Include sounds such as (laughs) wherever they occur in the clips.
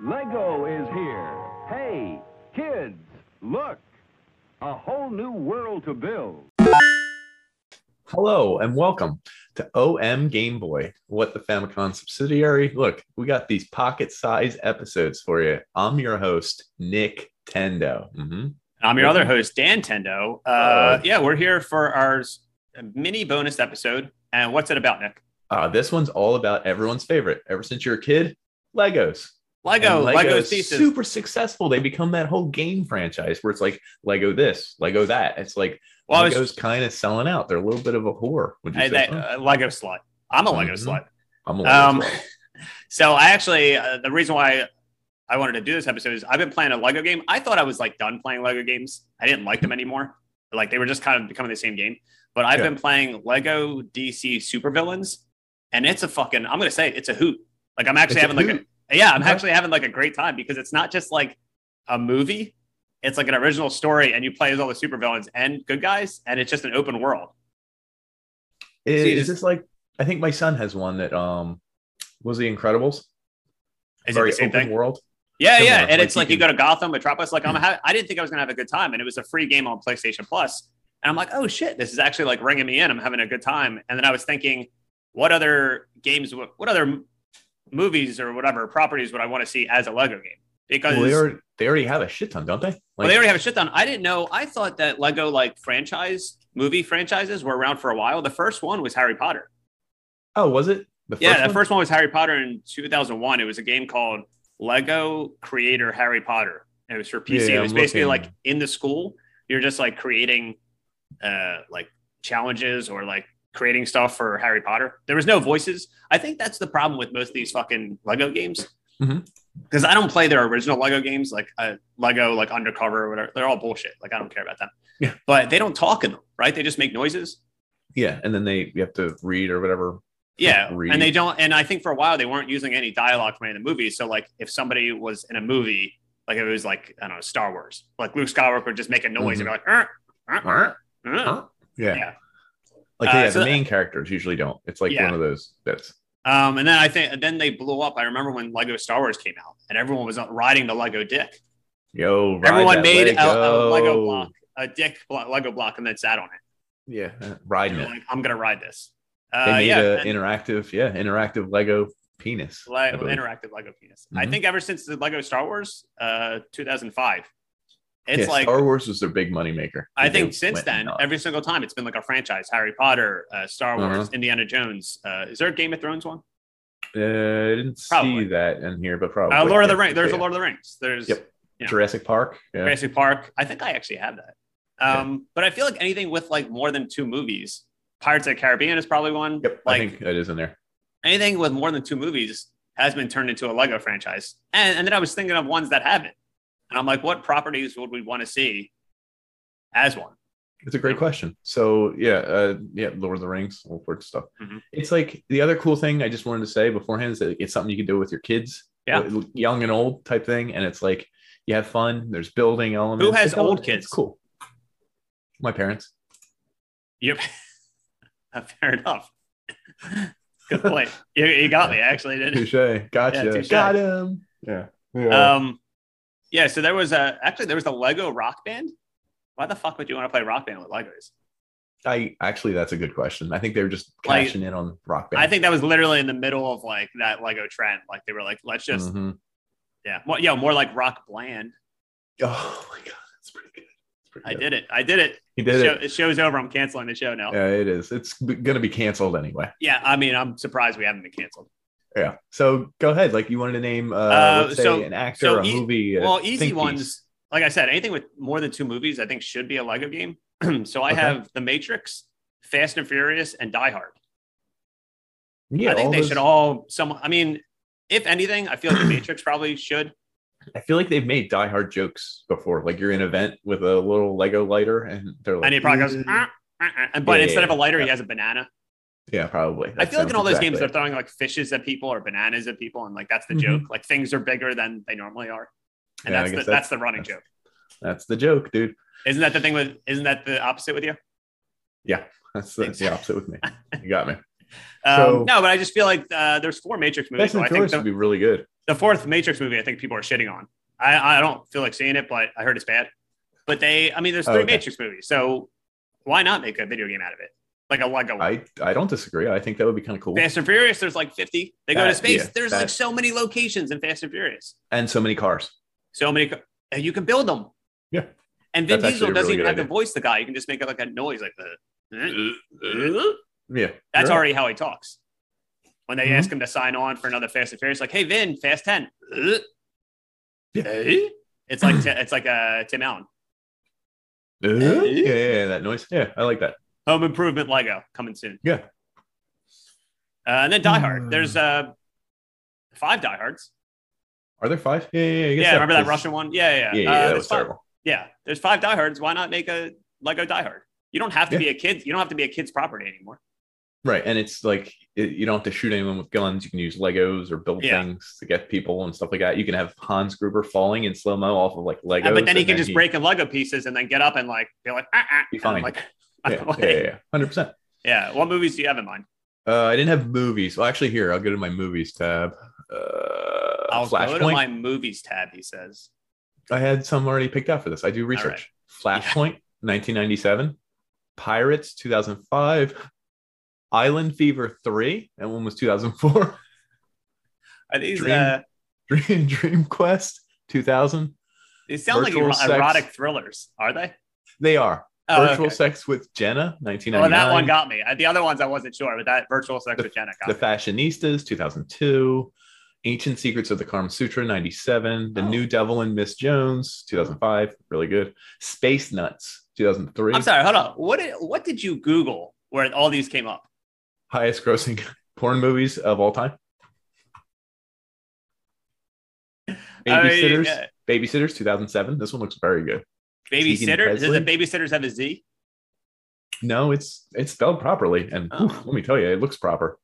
Lego is here. Hey, kids, look. A whole new world to build. Hello and welcome to OM Game Boy, what the Famicom subsidiary. Look, we got these pocket size episodes for you. I'm your host, Nick Tendo. Mhm. I'm your other host, Dan Tendo. Uh, yeah, we're here for our s- mini bonus episode. And what's it about, Nick? Uh, this one's all about everyone's favorite. Ever since you're a kid, Legos. Lego, And Lego's thesis. super successful. They become that whole game franchise where it's like Lego this, Lego that. It's like well, I Lego's was, kind of selling out. They're a little bit of a whore. Would you I, say? that, Tom? uh, Lego slut. I'm a Lego Mhm. slut. I'm a Lego Um, slut. (laughs) so I actually, uh, the reason why I wanted to do this episode is I've been playing a Lego game. I thought I was like done playing Lego games. I didn't like them anymore. Like they were just kind of becoming the same game. But I've Yeah. been playing Lego DC Supervillains, and it's a fucking. I'm gonna say it, it's a hoot. Like I'm actually It's a having like hoot. a, yeah, I'm Okay. actually having like a great time because it's not just like a movie. It's like an original story, and you play as all the supervillains and good guys, and it's just an open world. Is, See, is this like I think my son has one that um was the Incredibles? Is Very it the same open thing? world. Yeah, Similar. yeah, and Like, it's you Mm-hmm. like you go to Gotham, Metropolis. Like I'm, ha- I didn't think I was gonna have a good time, and it was a free game on PlayStation Plus, and I'm like, oh shit, this is actually like ringing me in. I'm having a good time, and then I was thinking, what other games, would- what other m- movies or whatever properties would I want to see as a Lego game? Because Well, they already they already have a shit ton, don't they? Like, well, they already have a shit ton. I didn't know. I thought that Lego like franchise movie franchises were around for a while. The first one was Harry Potter. oh, was it? The yeah, the one? first one was Harry Potter in 2001. It was a game called Lego Creator Harry Potter. And it was for PC. Yeah, it was I'm basically looking. like in the school, you're just like creating uh like challenges or like creating stuff for Harry Potter. There was no voices. I think that's the problem with most of these fucking Lego games. Mhm. Because I don't play their original Lego games, like uh, Lego, like Undercover or whatever. They're all bullshit. Like I don't care about them. Yeah. But they don't talk in them, right? They just make noises. Yeah, and then they you have to read or whatever. Yeah, Read. and they don't. And I think for a while they weren't using any dialogue from any of the movies. So like, if somebody was in a movie, like if it was like I don't know Star Wars, like Luke Skywalker would just make a noise and Mm-hmm. be like, "Er, er, Yeah, er." Huh? Yeah. like Uh, yeah, so- the main characters usually don't. It's like Yeah. one of those that's Um, and then I think then they blew up. I remember when Lego Star Wars came out, and everyone was uh, riding the Lego dick. yo. ride everyone that made Lego. a, a Lego block, a dick blo- Lego block, and then sat on it. Yeah, uh, riding And it. they're like, I'm gonna ride this. They Uh, made yeah, a and- interactive, yeah, interactive Lego penis. I Le- believe. interactive Lego penis. I Mhm. think ever since the Lego Star Wars, uh, 2005, it's Yeah, like Star Wars was their big moneymaker. I They think since went then, nuts. every single time it's been like a franchise: Harry Potter, uh, Star Wars, Uh-huh. Indiana Jones. Uh, is there a Game of Thrones one? Uh, I didn't Probably. see that in here, but probably. Uh, Lord of the Oh, yeah. Rings. There's Yeah. a Lord of the Rings. There's Yep. yeah. Jurassic Park. Yeah. Jurassic Park. I think I actually have that. Um, But I feel like anything with like more than two movies, Pirates of the Caribbean is probably one. Yep. Like I think that is in there. anything with more than two movies has been turned into a Lego franchise. And, and then I was thinking of ones that haven't. And I'm like, what properties would we want to see as one? (laughs) It's a great question. So yeah, uh, yeah, Lord of the Rings, all sorts of stuff. Mhm. It's like the other cool thing I just wanted to say beforehand is that it's something you can do with your kids, Yeah. uh, young and old type thing, and it's like you have fun. There's building elements. Who has It's old all- kids? It's cool. My (laughs) parents. Yep. Fair enough. (laughs) Good point. You, you got me. I Actually, did. Touche. Gotcha. touche. Got him. Yeah. Yeah. Um, yeah. So there was a actually there was a Lego Rock Band. Why the fuck would you want to play Rock Band with Legos? I actually, that's a good question. I think they were just Like, cashing in on rock band. I think that was literally in the middle of like that Lego trend. Like they were like, let's just Mhm. yeah, more, yeah, more like Rock Bland. Oh my god, that's pretty good. That's pretty I good. did it. I did it. He did Show- it. show's over. I'm canceling the show now. Yeah. Yeah, it is. It's b- gonna be canceled anyway. I mean, I'm surprised we haven't been canceled. Yeah. So go ahead. Like you wanted to name, uh, Uh, let's say so- an actor, so a ea- movie. a well, easy think piece. ones. Like I said, anything with more than two movies, I think should be a Lego game. (clears throat) so I Okay. have The Matrix, Fast and Furious, and Die Hard. Yeah, I think they those- should all. Some. I mean, if anything, I feel like The Matrix probably should. I feel like they've made Die Hard jokes before. Like you're in an event with a little Lego lighter, and they're like, And he probably goes, "Eh." "Ah, ah, ah," and- but Yeah, instead of a yeah, lighter, he yeah. has a banana. yeah, probably. I That feel like in sounds all those games, they're exactly- throwing like fishes at people or bananas at people, and like that's the Mhm. joke. Like things are bigger than they normally are, and Yeah, I that's, the, guess that's that's- the running that's- joke. That's the joke, dude. Isn't that the thing with? Isn't that the opposite with you? (laughs) That's the, that's the opposite with me. You got me. Um, So- no, but I just feel like uh, there's four Matrix movies. Best So and I think Tourist the, would be really good. the fourth Matrix movie, I think people are shitting on. I, I don't feel like seeing it, but I heard it's bad. But they, I mean, there's Oh, three okay. Matrix movies, so why not make a video game out of it? Like a like a I I don't disagree. I think that would be kind of cool. Fast and Furious. There's like 50. They go to That- space. yeah, there's that- like so many locations in Fast and Furious. And so many cars. So many, co- and you can build them. Yeah. And Vin That's Diesel actually a doesn't really even good have to idea. voice the guy. You can just make like a noise like the. Yeah. That's You're right. already how he talks. When they Mhm. ask him to sign on for another Fast and Furious, like, "Hey Vin, Fast 10. Yeah. It's like it's like uh, Tim Allen. Uh, yeah, yeah, yeah, that noise. Yeah, I like that. Home Improvement Lego coming soon. Yeah. Uh, and then Die Hmm. Hard. There's uh, five Die Hards. Are there five? Yeah, yeah, yeah. I guess Yeah, remember that was- Russian one? Yeah, yeah, Yeah, yeah, Uh, that there's was five- terrible. Yeah, there's five Die Hards. Why not make a Lego Die Hard? You don't have to Yeah. be a kid. You don't have to be a kid's property anymore. Right, and it's like it, you don't have to shoot anyone with guns. You can use Legos or build Yeah. things to get people and stuff like that. You can have Hans Gruber falling in slow mo off of like Legos. Uh, but then he and can just break in Lego pieces and then get up and like be like, ah, ah, Be and I'm fine. like, (laughs) (laughs) Yeah, like- yeah, yeah, yeah, hundred percent. yeah. What movies do you have in mind? Uh, I didn't have movies. Well, actually, here I'll go to my movies tab. Uh, I'll go Flashpoint. to my movies tab. He says. I had some already picked out for this. I do research. Flashpoint, 1997. Pirates, 2005. Island Fever 3. That one was 2004. Are these Dream- uh, (laughs) Dream, Dream Quest, 2000. these sound like virtual ero- sex. erotic thrillers? Are they? They are. Oh, virtual okay. Sex with Jenna, 1999. Well, that one got me. Uh, The other ones I wasn't sure, but that virtual sex with Jenna got The me. Fashionistas, 2002. Ancient Secrets of the Karma Sutra, 97. The Oh. New Devil and Miss Jones, 2005. Really good. Space Nuts, 2003. I'm sorry. Hold on. What did what did you Google where all these came up? Highest grossing (laughs) porn movies of all time. I mean, Babysitters, yeah. Babysitters, 2007. This one looks very good. Tegan Babysitter. Does Presley? it babysitters have a Z? No, it's it's spelled properly, and Oh. oof, let me tell you, it looks proper.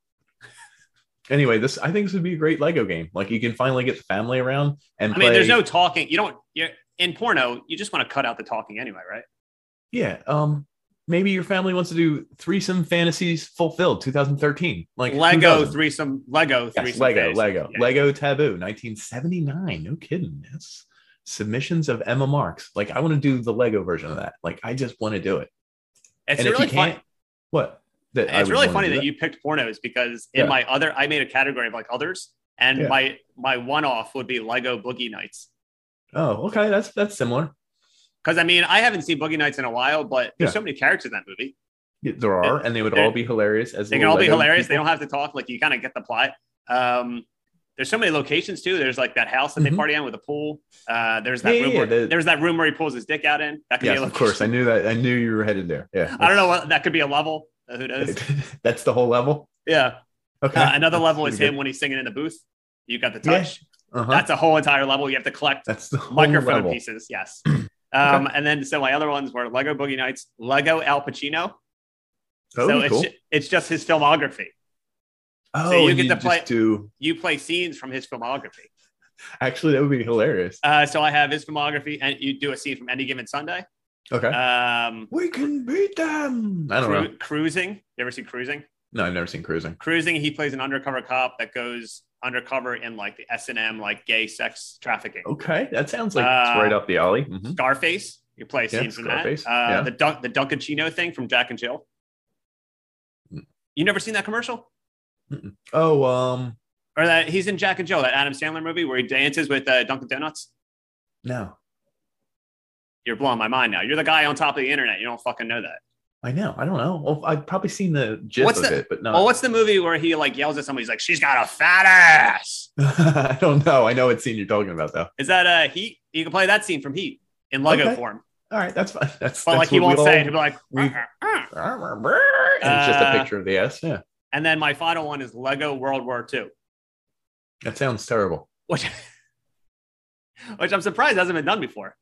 Anyway, this I think this would be a great Lego game. Like you can finally get the family around and I mean, play- there's no talking. You don't. You're in porno. You just want to cut out the talking anyway, right? yeah. Um, maybe your family wants to do threesome fantasies fulfilled 2013, like who Lego doesn't? threesome. Lego Yes, threesome. Lego, phase. Lego, Yeah. Lego Taboo, 1979. No kidding. Yes. Submissions of Emma Marks. Like I want to do the Lego version of that. Like I just want to do it. It's and really if you can't, funny. what? That I It's would really wanna funny do that you picked pornos because Yeah. in my other, I made a category of like others, and Yeah. my my one off would be Lego Boogie Nights. Oh, okay. That's that's similar. Because I mean, I haven't seen Boogie Nights in a while, but there's Yeah. so many characters in that movie. Yeah, there are, and they would they're- all be hilarious as They can little all be Lego hilarious. They people. don't have to talk. Like you kind of get the plot. Um, there's so many locations too. There's like that house that they Mhm. party on with a pool. Uh, there's that Yeah, yeah, room. where, yeah, the- there's that room where he pulls his dick out in. That could be Yes, a of course. (laughs) location. I knew that. I knew you were headed there. Yeah. I don't know what that could be a level. Uh, (laughs) Who knows? that's- That's the whole level. Yeah. Okay. Uh, another level is pretty him when he's singing in the booth. You got the Yeah. touch. Uh-huh. That's, That's a whole entire level. You have to collect the whole microphone level. pieces. (clears throat) Yes. Um, And then so my other ones were Lego Boogie Nights, Lego Al Pacino. That would so Oh, be it's Oh, cool. ju- it's just his filmography. oh, you and get to just play- do. You play scenes from his filmography. Actually, that would be hilarious. Uh, so I have his filmography, and you do a scene from any given Sunday. Okay. Um, we can beat them. I don't Cru- know. Cruising. You ever see Cruising? No, I've never seen cruising. Cruising. He plays an undercover cop that goes undercover in like the S and M, like gay sex trafficking. Okay, that sounds like it's Uh, right up the alley. Mhm. Scarface. You play a Yeah, scene from Scarface, that. Uh, yeah. The Dun- the Dunkachino thing from Jack and Jill. Mm. You never seen that commercial? Oh, um, Or that he's in Jack and Jill, that Adam Sandler movie where he dances with uh, Dunkin' Donuts. no, You're blowing my mind now. You're the guy on top of the internet. You don't fucking know that. I know. I don't know. Well, I've probably seen the gist What's of the- it, but well, no, what's the movie where he like yells at somebody? He's like, "She's got a fat ass." (laughs) I don't know. I know what scene you're talking about, though. Is that uh, Heat? You can play that scene from Heat in Lego Okay. form, All right, that's fine. That's, that's but like he what we won't say it. He'll all- be like, we- "Uh, uh, uh." And it's just a Uh, picture of the S. Yeah, and then my final one is Lego World War II, that sounds terrible. (laughs) which, which I'm surprised hasn't been done before.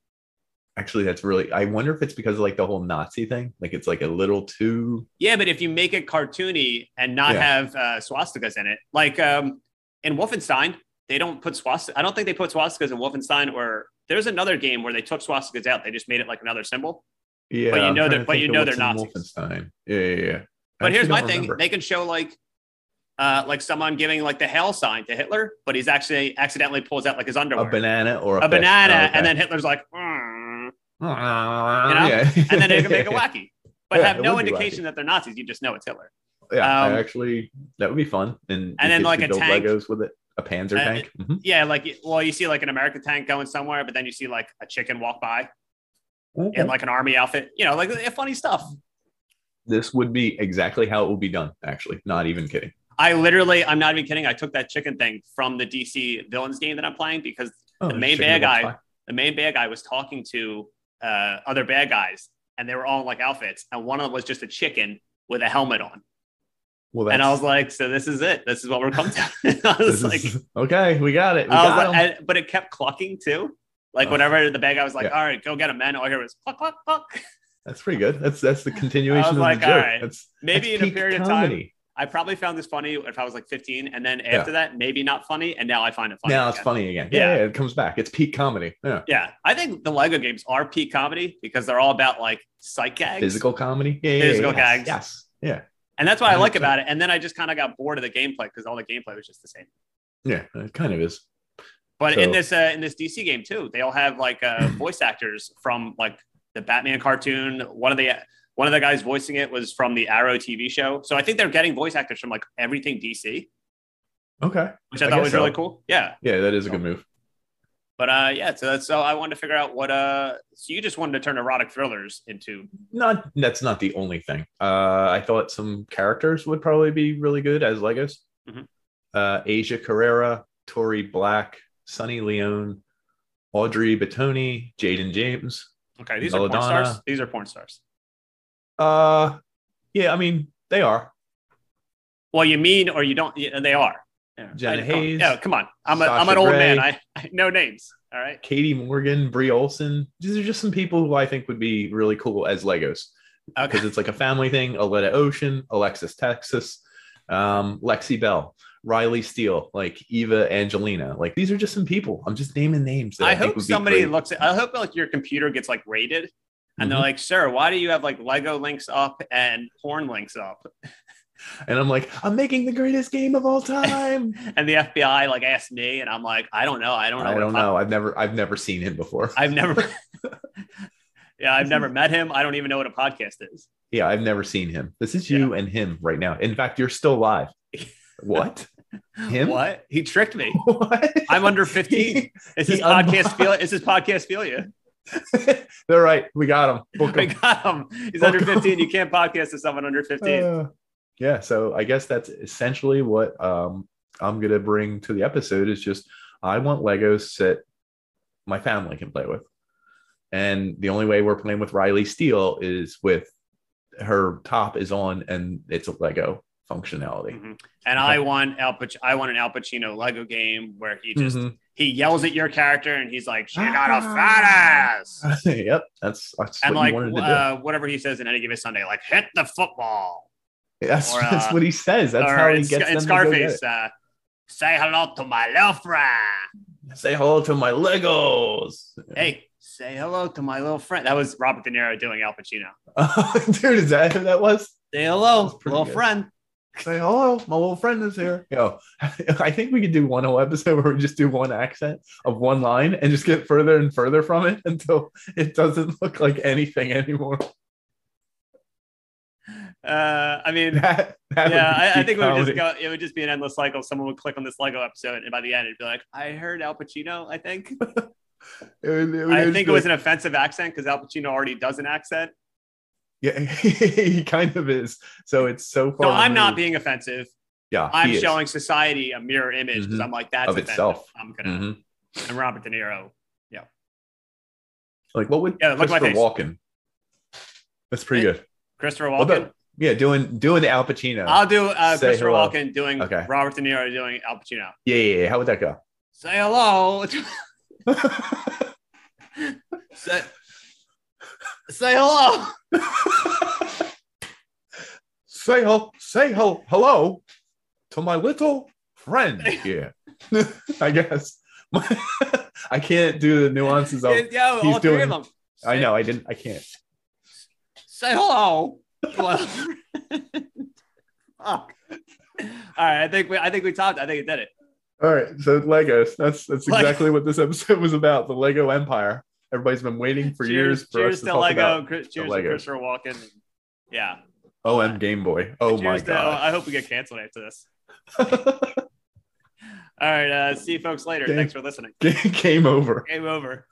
Actually, that's really. I wonder if it's because of like the whole Nazi thing. Like it's like a little too. Yeah, but if you make it cartoony and not Yeah. have uh, swastikas in it, like um, in Wolfenstein, they don't put swastikas. I don't think they put swastikas in Wolfenstein. Or there's another game where they took swastikas out. They just made it like another symbol. Yeah, you I'm know trying they're- to but think you of know what's they're in Nazis. Wolfenstein. Yeah, yeah, yeah. I But here's actually my don't thing: remember. they can show like uh, like someone giving like the hail sign to Hitler, but he's actually accidentally pulls out like his underwear, A banana or a, Oh, A banana, and then Hitler's like, "Mm," and then (laughs) they can make it wacky, but Yeah, have it no would be indication that they're Nazis. You just know it's Hitler. Yeah, Um, I actually that would be fun. And, the then, kids like, could a build tank. Legos with it, a Panzer Uh, tank. Mhm. Yeah, like well, you see like an American tank going somewhere, but then you see like a chicken walk by Okay. in like an army outfit. You know, like funny stuff. this would be exactly how it will be done. Actually, not even kidding. I literally, I'm not even kidding. I took that chicken thing from the DC villains game that I'm playing because Oh, The main chicken bad walks guy- the main bad guy was talking to uh, other bad guys, and they were all in like outfits, and one of them was just a chicken with a helmet on. Well, and I that's- was like, "So this is it. This is what we're coming to." (laughs) I this was like, (laughs) is- okay, (laughs) we got it. We I was got like, 'em. and- but it kept clocking too. Like Oh. whenever the bad guy was like, Yeah. "All right, go get him, man," all I hear was clock, clock, clock. that's pretty good. That's that's (laughs) the continuation of like, the all joke. right. That's (laughs) Maybe that's in a peak period of time, comedy. I probably found this funny if I was like 15, and then after that, maybe not funny, and now I find it funny. Now it's again. funny again. Yeah. Yeah. yeah, it comes back. It's peak comedy. Yeah, Yeah, I think the Lego games are peak comedy because they're all about like psych gags, physical comedy. Yeah, yeah, Physical yeah, gags. yes, yes. Yeah. and that's what I like 100%. about it. And then I just kind of got bored of the gameplay because all the gameplay was just the same. Yeah, it kind of is. But in So- this uh, in this DC game too, they all have (laughs) like uh, voice actors from like the Batman cartoon. One of the one of the guys voicing it was from the Arrow TV show. So I think they're getting voice actors from like everything DC, Okay. which I, I thought guess was really so. cool. Yeah, Yeah, that is a good move. but uh, yeah. So that's so I wanted to figure out what uh. So you just wanted to turn erotic thrillers into Not that's not the only thing. Uh, I thought some characters would probably be really good as Legos. Mhm. Uh, Asia Carrera, Tori Black, Sunny Leone, Audrey Batoni, Jaden James. okay. These are porn Belladonna. stars. These are porn stars. Uh, yeah, I mean they are. Well, you mean or you don't? Yeah, they are. Yeah. Jenna I- come on. Hayes, Yeah, come on. I'm, a, I'm Sasha an old Grey. man. I, I (laughs) know names. All right. Katie Morgan, Brie Olson. These are just some people who I think would be really cool as Legos. because Okay. it's like a family thing. Aletta Ocean, Alexis Texas, um, Lexi Bell, Riley Steele, like Eva Angelina. Like these are just some people. I'm just naming names. That I, I think hope would be somebody great. looks at, I hope like your computer gets like rated and they're Mhm. like, sir, why do you have like Lego links up and porn links up? and I'm like, I'm making the greatest game of all time. And the FBI like asked me and I'm like, I don't know. (laughs) I don't know. I what don't pop- know. I've never, I've never seen him before. (laughs) I've never, (laughs) yeah, I've never met him. I don't even know what a podcast is. yeah, I've never seen him. This is you and him right now. In fact, you're still (laughs) live. What? Him? (laughs) What? He tricked me. what? I'm under 15. (laughs) Is He this podcast unblocked- feel? Is this podcast feel you? They're right. We got him. Book We him. got him. He's Fuck under 15. him. You can't podcast to someone under 15. Uh, yeah, so I guess that's essentially what um, I'm gonna bring to the episode is just I want Legos that my family can play with, and the only way we're playing with Riley Steele is with her top is on and it's a Lego functionality. Mhm. And I want Al Pac- I want an Al Pacino Lego game where he just Mhm. he yells at your character and he's like, "She got a Ah. fat ass," (laughs) yep, that's that's and what like you wanted to do. uh, whatever he says in any given Sunday, like hit the football, (laughs) That's, or, that's uh, what he says. That's or how in, he Sc- gets in them to go get Scarface, uh, say hello to my little friend. it. Say hello to my Legos. (laughs) Hey, say hello to my little friend. That was Robert De Niro doing Al Pacino. dude, is that who that was? Say hello, That's pretty little good. friend. Say hello, my little friend is here. Yo, (laughs) I think we could do one whole episode where we just do one accent of one line and just get further and further from it until it doesn't look like anything anymore. (laughs) Uh, I mean, That, that would yeah, be I, I peak think it would comedy. just go. It would just be an endless cycle. Someone would click on this Lego episode, and by the end, it'd be like, "I heard Al Pacino." I think. It would- it would I just think be it like- was an offensive accent because Al Pacino already does an accent. yeah, (laughs) he kind of is. So it's so far. No, I'm not removed. being offensive. Yeah, I'm he is. showing society a mirror image because Mhm. I'm like, "That's Of offensive. itself. I'm gonna. Mhm. And Robert De Niro. Like what would Yeah, yeah, look at my Christopher face. Walken? That's pretty Hey, good. Christopher What Walken. about- yeah, doing doing the Al Pacino. I'll do uh, Say Christopher hello. Walken doing Okay. Robert De Niro doing Al Pacino. yeah, yeah, yeah. How would that go? (laughs) Say hello. (laughs) say, say hello. (laughs) say hello, say hello, hello to my little friend. Yeah, (laughs) I guess (laughs) I can't do the nuances (laughs) of. yeah, he's all three doing- of them. I Say- know I didn't. I can't. (laughs) Say hello. Fuck. I All right, I think we, I think we talked. I think it did it. All right, so Legos. That's that's Like- exactly what this episode was about. The Lego Empire. Everybody's been waiting for years for cheers us to, to talk Lego. about. Chris, cheers to Legos. Christopher Walken. Yeah. OM Game Boy. Oh my cheers to- god. I hope we get canceled after (laughs) this. All right. Uh, see you folks later. Game- Thanks for listening. (laughs) Game over. Game over.